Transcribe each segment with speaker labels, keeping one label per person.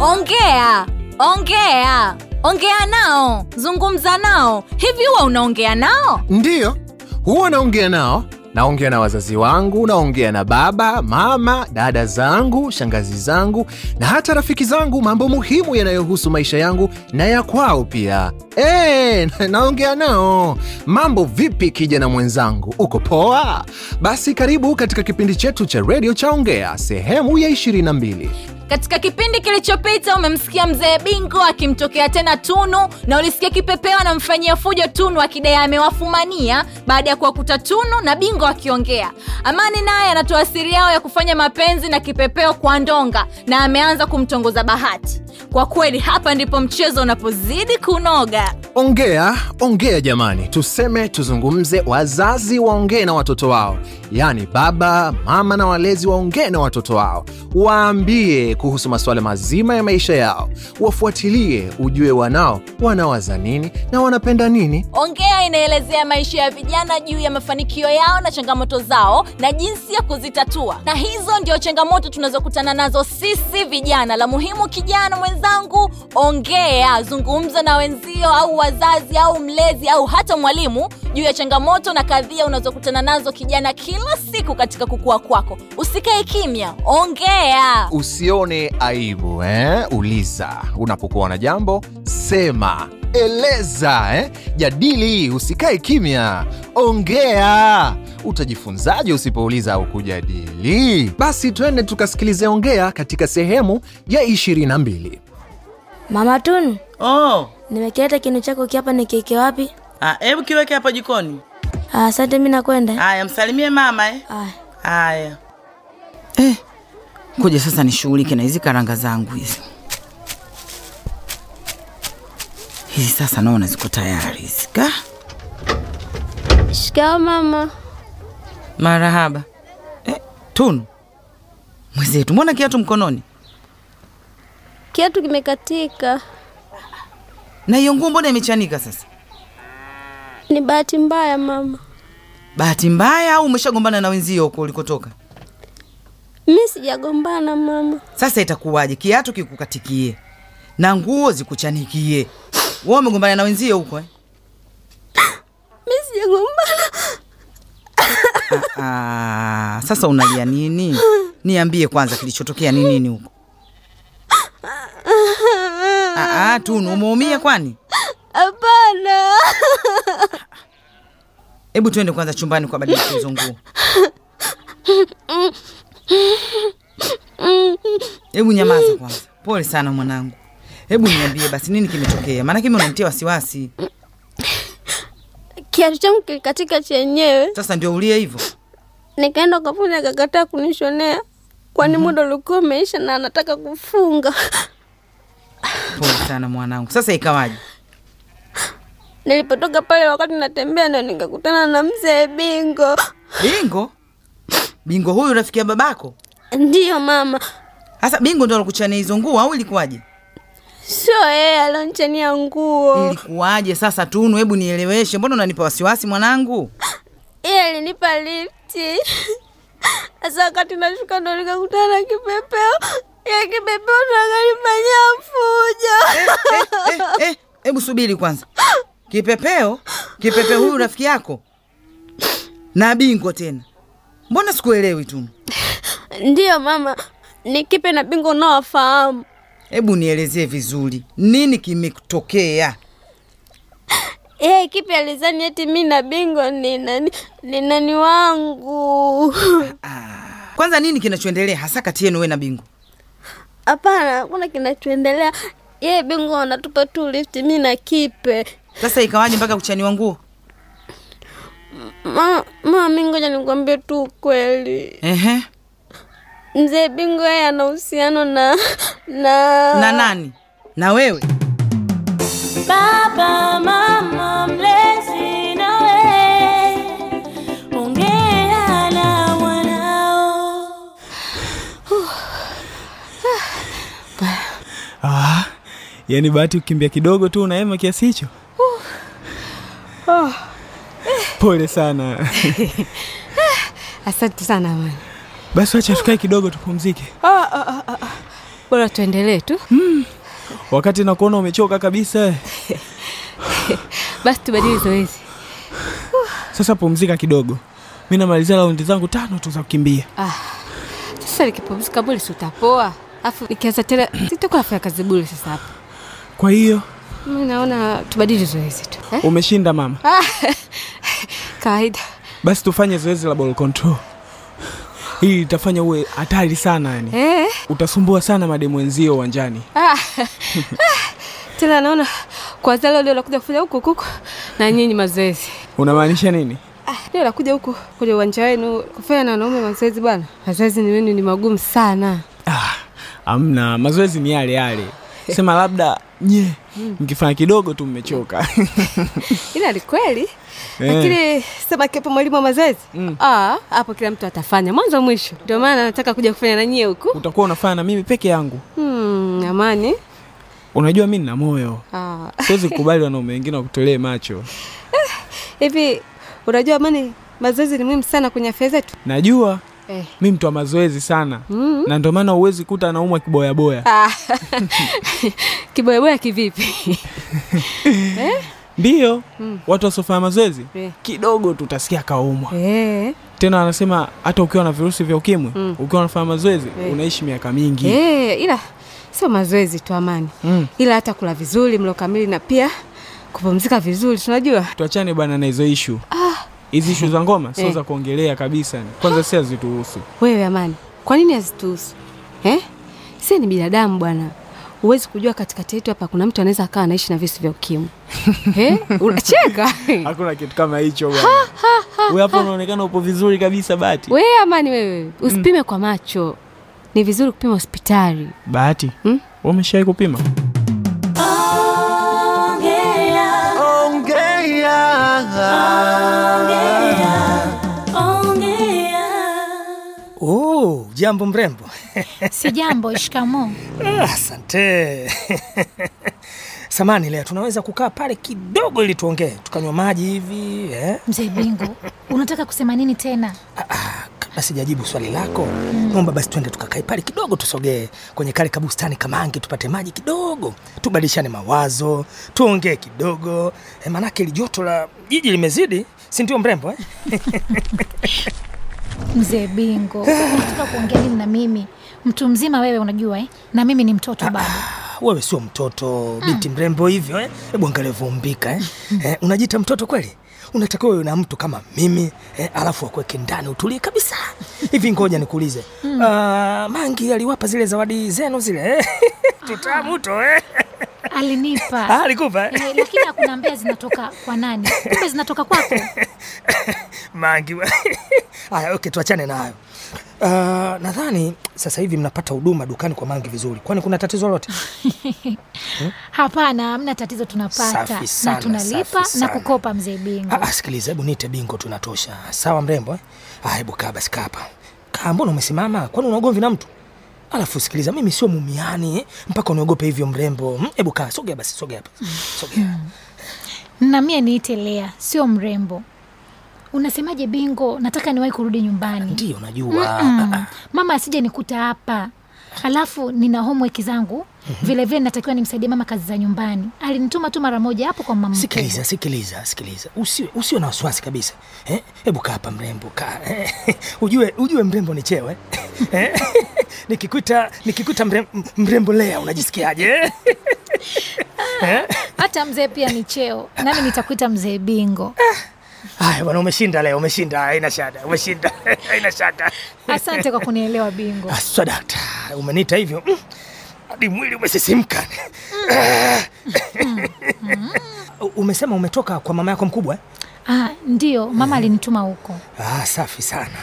Speaker 1: ongea ongea ongea nao zungumza nao hivi huwa unaongea nao
Speaker 2: ndiyo huwa naongea nao naongea na wazazi wangu naongea na baba mama dada zangu shangazi zangu na hata rafiki zangu mambo muhimu yanayohusu maisha yangu na ya kwao pia e, naongea nao mambo vipi kijana mwenzangu uko poa basi karibu katika kipindi chetu cha redio chaongea sehemu ya 22
Speaker 1: katika kipindi kilichopita umemsikia mzee bingo akimtokea tena tunu na ulisikia kipepeo anamfanyia fujo tunu akidai amewafumania baada ya kuwakuta tunu na bingo akiongea amani naye anatoa asiri yao ya kufanya mapenzi na kipepeo kwa ndonga na ameanza kumtongoza bahati kwa kweli hapa ndipo mchezo unapozidi kunoga
Speaker 2: ongea ongea jamani tuseme tuzungumze wazazi waongee na watoto wao yaani baba mama na walezi waongee na watoto wao waambie kuhusu masuala mazima ya maisha yao wafuatilie ujue wanao wanawaza nini na wanapenda nini
Speaker 1: ongea inaelezea maisha ya vijana juu ya mafanikio yao na changamoto zao na jinsi ya kuzitatua na hizo ndio changamoto tunazokutana nazo sisi vijana la muhimu kijana mwenzangu ongea zungumza na wenzio au wazazi au mlezi au hata mwalimu juu ya changamoto na kadhia unazokutana nazo kijana kila siku katika kukua kwako usikae kimya ongea
Speaker 2: usione aibu eh? uliza unapokuwa na jambo sema eleza eh? jadili usikae kimya ongea utajifunzaje usipouliza au kujadili basi twende tukasikilize ongea katika sehemu ya 22
Speaker 3: Mama Tunu,
Speaker 4: Oh,
Speaker 3: nimekileta kinu chako kiapa nikiweke wapi?
Speaker 4: ah, hebu kiweke hapa jikoni.
Speaker 3: Ah, Asante, mi nakwenda.
Speaker 4: Haya, msalimie mama eh.
Speaker 3: Ah,
Speaker 4: Haya. Eh. Ngoja sasa nishughulike na hizi karanga zangu hizi. Hizi sasa naona ziko tayari hizi. Ka?
Speaker 3: Shikao mama.
Speaker 4: Marahaba. Eh, Tunu. Mwenzetu, mbona kiatu mkononi?
Speaker 3: Kiatu kimekatika,
Speaker 4: Na hiyo nguo mbona imechanika sasa?
Speaker 3: ni bahati mbaya mama.
Speaker 4: Bahati mbaya au umeshagombana na wenzio huko ulikotoka?
Speaker 3: Mi sijagombana mama.
Speaker 4: Sasa itakuwaje kiatu kikukatikie na nguo zikuchanikie? Wewe umegombana na wenzio huko eh?
Speaker 3: Mi sijagombana.
Speaker 4: Ah, sasa unalia nini? Niambie kwanza kilichotokea ni nini huko? Ah, ah, Tunu, umeumia kwani?
Speaker 3: Hapana.
Speaker 4: Hebu twende kwanza chumbani kwa badili hizo nguo. Hebu nyamaza kwanza. Pole sana mwanangu. Hebu niambie basi nini kimetokea? Maana kimi unanitia wasiwasi.
Speaker 3: Kiatu changu kilikatika chenyewe,
Speaker 4: Sasa ndio ulie hivyo.
Speaker 3: nikaenda kwa fundi akakataa kunishonea, kwani muda ulikuwa umeisha na anataka kufunga.
Speaker 4: Pole sana mwanangu. Sasa ikawaje?
Speaker 3: Nilipotoka pale, wakati natembea, ndo nikakutana na mzee Bingo.
Speaker 4: Bingo? Bingo huyu rafiki ya babako?
Speaker 3: Ndiyo mama,
Speaker 4: Sasa Bingo ndo alikuchania hizo nguo au ilikuwaje?
Speaker 3: sio yeye alionchania nguo.
Speaker 4: ilikuwaje sasa tunu hebu nieleweshe mbona unanipa wasiwasi mwanangu
Speaker 3: Yeye alinipa lifti. Sasa wakati nashuka ndo nikakutana na kipepeo. Ya kipepeo ndo akanifanyia fujo.
Speaker 4: Eh, eh, hebu subiri kwanza kipepeo kipepeo huyu rafiki yako na bingo tena mbona sikuelewi tunu
Speaker 3: Ndiyo mama, ni kipe na bingo unaowafahamu.
Speaker 4: hebu nielezee vizuri nini kimetokea
Speaker 3: Yeye kipe alizani eti mi na bingo ni nani, ni nani wangu.
Speaker 4: kwanza nini kinachoendelea hasa kati yenu we na bingo
Speaker 3: Hapana, hakuna kinachoendelea. Yeye bingo anatupa tu lifti mi na kipe.
Speaker 4: sasa ikawaje mpaka kuchaniwa nguo
Speaker 3: Ma, mama mi ngoja nikwambie tu ukweli.
Speaker 4: ehe
Speaker 3: Mzee bingo yeye ana uhusiano na na
Speaker 4: na nani na wewe
Speaker 5: Baba, mama, mlezi nawe, ongea na wanao.
Speaker 6: Ah, yani bahati ukimbia kidogo tu unahema kiasi hicho.
Speaker 7: Oh.
Speaker 6: Pole sana.
Speaker 7: Asante sana mani.
Speaker 6: Basi wacha tukae kidogo tupumzike.
Speaker 7: bora tuendelee tu
Speaker 6: wakati nakuona umechoka kabisa eh.
Speaker 7: basi tubadili zoezi
Speaker 6: sasa pumzika kidogo mi namalizia raundi zangu tano tu za kukimbia
Speaker 7: sasa nikipumzika bure si utapoa alafu nikianza tena sitakuwa nafanya kazi bure sasa hapa
Speaker 6: kwa hiyo
Speaker 7: mi naona tubadili zoezi tu eh?
Speaker 6: umeshinda mama
Speaker 7: Ah, kawaida
Speaker 6: basi tufanye zoezi la ball control hili litafanya uwe hatari sana yani
Speaker 7: eh?
Speaker 6: utasumbua sana mademu wenzio uwanjani
Speaker 7: ah. tena naona kwa zalo leo nakuja kufanya huku kuku na nyinyi mazoezi
Speaker 6: unamaanisha nini
Speaker 7: Ah, leo nakuja huku kwenye uwanja wenu kufanya na wanaume mazoezi bwana mazoezi ni wenu ni magumu sana
Speaker 6: ah, amna mazoezi ni yale yale sema labda nye mkifanya kidogo tu mmechoka
Speaker 7: ila ni kweli
Speaker 6: Eh. Mm.
Speaker 7: lakini sema kiapo mwalimu wa mazoezi Ah, hapo kila mtu atafanya mwanzo mwisho ndio maana nataka kuja kufanya na nyie huku
Speaker 6: utakuwa unafanya na mimi peke yangu
Speaker 7: hmm, amani
Speaker 6: unajua mi nina moyo
Speaker 7: Ah,
Speaker 6: siwezi kukubali wanaume wengine wakutolee macho
Speaker 7: hivi unajua amani mazoezi ni muhimu sana kwenye afya zetu
Speaker 6: najua
Speaker 7: eh.
Speaker 6: mi mtu wa mazoezi sana mm. na ndio maana huwezi kuta anaumwa kiboyaboya
Speaker 7: Ah, kiboyaboya kivipi
Speaker 6: ndiyo watu wasiofanya mazoezi
Speaker 7: Eh.
Speaker 6: kidogo tu utasikia kaumwa
Speaker 7: eh.
Speaker 6: tena wanasema hata ukiwa na virusi vya ukimwi ukiwa unafanya mazoezi unaishi miaka mingi
Speaker 7: Eh, ila sio mazoezi tu amani
Speaker 6: Mm.
Speaker 7: ila hata kula vizuri mlo kamili na pia kupumzika vizuri tunajua
Speaker 6: tuachane bwana na hizo ishu hizi ishu za ngoma sio
Speaker 7: Eh.
Speaker 6: za kuongelea kabisa kwanza si hazituhusu
Speaker 7: wewe amani kwa nini hazituhusu eh? sie ni binadamu bwana huwezi kujua katikati yetu hapa kuna mtu anaweza akawa anaishi na virusi vya ukimwi eh? unacheka
Speaker 6: hakuna kitu kama hicho bwana wewe hapo unaonekana upo vizuri kabisa bahati
Speaker 7: wewe amani wewe usipime kwa macho ni vizuri kupima hospitali
Speaker 6: bahati
Speaker 7: Mm.
Speaker 6: umeshawai kupima
Speaker 5: Ongea, ongea.
Speaker 8: Oh, jambo mrembo.
Speaker 9: Si jambo, shikamoo.
Speaker 8: Ah, Asante. Samani leo tunaweza kukaa pale kidogo ili tuongee, tukanywa maji hivi eh? Ah,
Speaker 9: Mzee Bingu, unataka kusema nini tena?
Speaker 8: Kabla sijajibu swali lako, naomba basi twende tukakae pale kidogo, tusogee kwenye kale kabustani kamangi, tupate maji kidogo, tubadilishane mawazo, tuongee kidogo eh, maanake ili joto la jiji limezidi, si ndio mrembo eh?
Speaker 9: Mzee Bingu, unataka kuongea nini na mimi? Mtu mzima wewe unajua eh? Na mimi ni mtoto bado.
Speaker 8: Ah, Wewe sio mtoto binti mrembo hivyo eh? Hebu angalia vumbika eh? eh, unajiita mtoto kweli? Unatakiwa uwe na mtu kama mimi eh, alafu akuweke ndani utulie kabisa hivi. Ngoja nikuulize, Ah, Mangi aliwapa zile zawadi zenu zile eh? tutamuto eh? Ah,
Speaker 9: Alinipa.
Speaker 8: alikupa eh?
Speaker 9: Eh, lakini hakuniambia zinatoka kwa nani. Kumbe zinatoka kwako.
Speaker 8: Mangi we. Aya, okay, tuachane na hayo. Ah, nadhani sasa hivi mnapata huduma dukani kwa Mangi vizuri, kwani kuna tatizo lolote?
Speaker 9: Hapana, hamna tatizo tunapata.
Speaker 8: Safi sana,
Speaker 9: na tunalipa
Speaker 8: safi
Speaker 9: na
Speaker 8: sana.
Speaker 9: kukopa mzee Bingu.
Speaker 8: Ah, ah, sikiliza, hebu niite bingo tunatosha. Sawa mrembo eh? Ah, hebu kaa basi kaa hapa. Kaa, mbona umesimama? Kwani una ugomvi na mtu? Alafu sikiliza, mimi sio mumiani eh, mpaka uniogope hivyo mrembo. Mm, Hebu kaa, sogea basi, sogea hapa. Sogea.
Speaker 9: Na mie niite Lea, sio mrembo. Unasemaje Bingo? Nataka niwahi kurudi nyumbani.
Speaker 8: Ndio najua.
Speaker 9: Mm.
Speaker 8: Ah, ah.
Speaker 9: mama asije nikuta hapa alafu nina homework zangu vilevile natakiwa nimsaidie mama kazi za nyumbani alinituma tu mara moja hapo kwa mama mkubwa.
Speaker 8: Sikiliza, sikiliza, sikiliza. Usiwe usiwe na wasiwasi kabisa. Eh? Hebu kaa hapa mrembo, kaa. Eh? Ujue ujue mrembo ni chewe. Eh? nikikuta nikikuta mrembo, mrembo Lea unajisikiaje? eh?
Speaker 9: hata mzee pia ni cheo nami nitakuita mzee bingo
Speaker 8: Haya bwana, umeshinda leo, umeshinda, haina shada, umeshinda, haina shaka.
Speaker 9: asante kwa kunielewa bingo
Speaker 8: Aswa dakta, umeniita hivyo mm, hadi mwili umesisimka. U- Umesema umetoka kwa mama yako mkubwa eh?
Speaker 9: ah, ndio mama alinituma huko
Speaker 8: Ah, safi sana.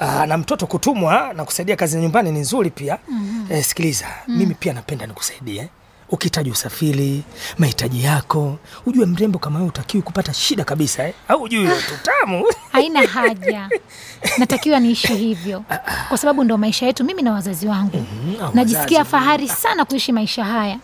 Speaker 8: Ah, na mtoto kutumwa na kusaidia kazi za nyumbani ni nzuri pia.
Speaker 9: Mhm.
Speaker 8: Eh, sikiliza,
Speaker 9: Mm.
Speaker 8: mimi pia napenda nikusaidie. eh. Ukihitaji usafiri, mahitaji yako, ujue mrembo kama wewe utakiwi kupata shida kabisa eh? Au ujue tutamu.
Speaker 9: haina haja natakiwa niishi hivyo kwa sababu ndo maisha yetu mimi na Ah, Mhm. wazazi wangu
Speaker 8: au
Speaker 9: najisikia
Speaker 8: wazazi.
Speaker 9: fahari sana kuishi maisha haya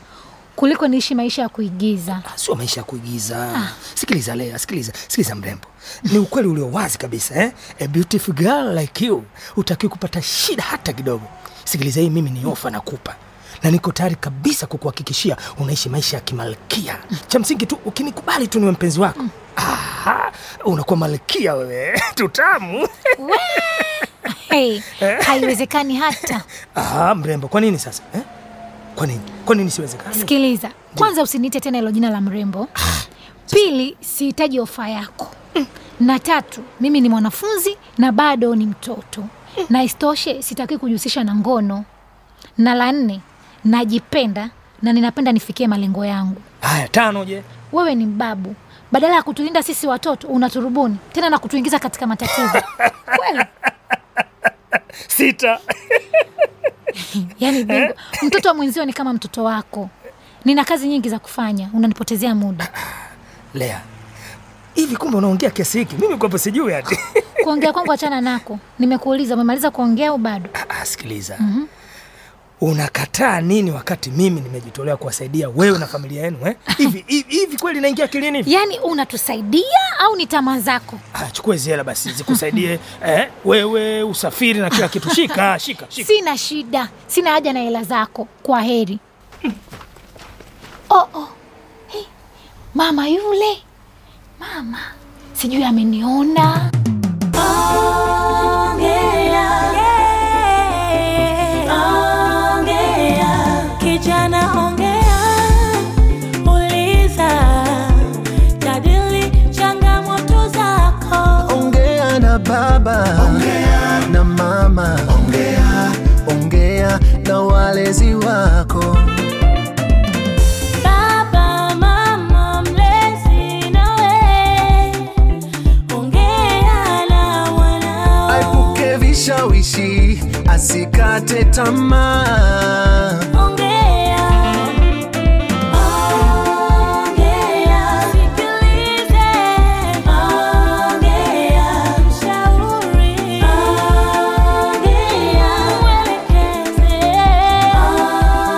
Speaker 9: kuliko niishi maisha ya kuigiza
Speaker 8: sio maisha ya kuigiza. Sikiliza Lea, sikiliza, sikiliza mrembo, ni ukweli ulio wazi kabisa eh? A beautiful girl like you utakiwi kupata shida hata kidogo. Sikiliza, hii mimi ni ofa nakupa, na niko tayari kabisa kukuhakikishia unaishi maisha ya kimalkia. Cha msingi tu ukinikubali tu niwe mpenzi wako. Aha, unakuwa malkia wewe tutamu.
Speaker 9: Hey, haiwezekani hata.
Speaker 8: Aha, mrembo, kwa nini sasa eh? Kwa nini? Kwa nini siwezekani?
Speaker 9: Sikiliza kwanza, usiniite tena hilo jina la mrembo. Pili, sihitaji ofa yako, na tatu, mimi ni mwanafunzi na bado ni mtoto, na isitoshe sitaki kujihusisha na ngono, na la nne, najipenda na ninapenda nifikie malengo yangu.
Speaker 8: Haya, tano je?
Speaker 9: Wewe ni mbabu, badala ya kutulinda sisi watoto unaturubuni tena na kutuingiza katika matatizo. Kweli
Speaker 8: Sita.
Speaker 9: yani bingwa, Yaani mtoto wa mwenzio ni kama mtoto wako. Nina kazi nyingi za kufanya, unanipotezea muda.
Speaker 8: Lea. Hivi kumbe unaongea kiasi hiki? Mimi kwapo sijui hati.
Speaker 9: Kuongea kwangu achana nako. Nimekuuliza, umemaliza kuongea au bado?
Speaker 8: Ah, sikiliza. Unakataa nini wakati mimi nimejitolea kuwasaidia wewe na familia yenu eh? Hivi hivi hivi kweli naingia kilini hivi?
Speaker 9: Yaani unatusaidia au ni tamaa zako?
Speaker 8: Ah, chukua hizi hela basi zikusaidie eh, wewe usafiri na kila kitu. Shika, shika, shika.
Speaker 9: Sina shida, sina haja na hela zako. Kwa heri. Oh, oh. Hey, mama yule, mama sijui ameniona.
Speaker 5: Kijana ongea, uliza, jadili changamoto zako.
Speaker 2: ongea na baba ongea na mama ongea ongea na walezi wako
Speaker 5: Baba, mama, mlezi nawe, ongea na wanao.
Speaker 2: aepuke vishawishi asikate tamaa
Speaker 5: Ongea, ongea, sikilize, ongea, shauri, ongea, mwelekeze, ongea,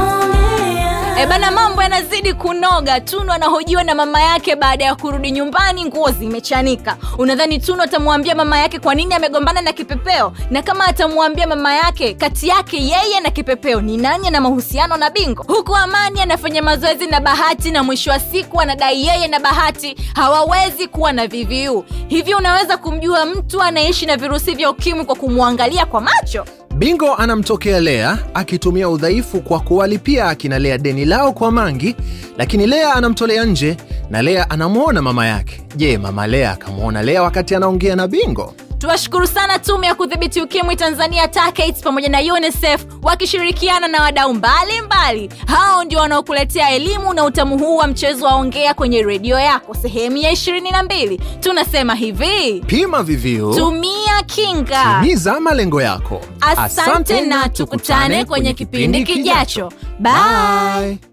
Speaker 5: ongea.
Speaker 1: E bana, mambo yanazidi kunoga. Tunu anahojiwa na mama yake baada ya kurudi nyumbani, nguo zimechanika. Unadhani Tunu atamwambia mama yake kwa nini amegombana na Kipepeo? Na kama atamwambia mama yake, kati yake yeye na Kipepeo ni nani ana mahusiano na Bingo? Huku Amani anafanya mazoezi na Bahati na mwisho wa siku anadai yeye na Bahati hawawezi kuwa na VVU. Hivi unaweza kumjua mtu anaishi na virusi vya ukimwi kwa kumwangalia kwa macho?
Speaker 2: Bingo anamtokea Lea akitumia udhaifu kwa kuwalipia akina Lea deni lao kwa Mangi, lakini Lea anamtolea nje na Lea anamwona mama yake. Je, mama Lea akamwona Lea wakati anaongea na Bingo?
Speaker 1: Tuwashukuru sana Tume ya Kudhibiti Ukimwi Tanzania TACAIDS pamoja na UNICEF wakishirikiana na wadau mbalimbali. Hao ndio wanaokuletea elimu na utamu huu wa mchezo wa ongea kwenye redio yako sehemu ya 22. Tunasema hivi,
Speaker 2: Pima VVU,
Speaker 1: Oh. tumia kinga.
Speaker 2: timiza malengo yako.
Speaker 1: Asante na tukutane kwenye kipindi kijacho. Bye.
Speaker 2: Bye.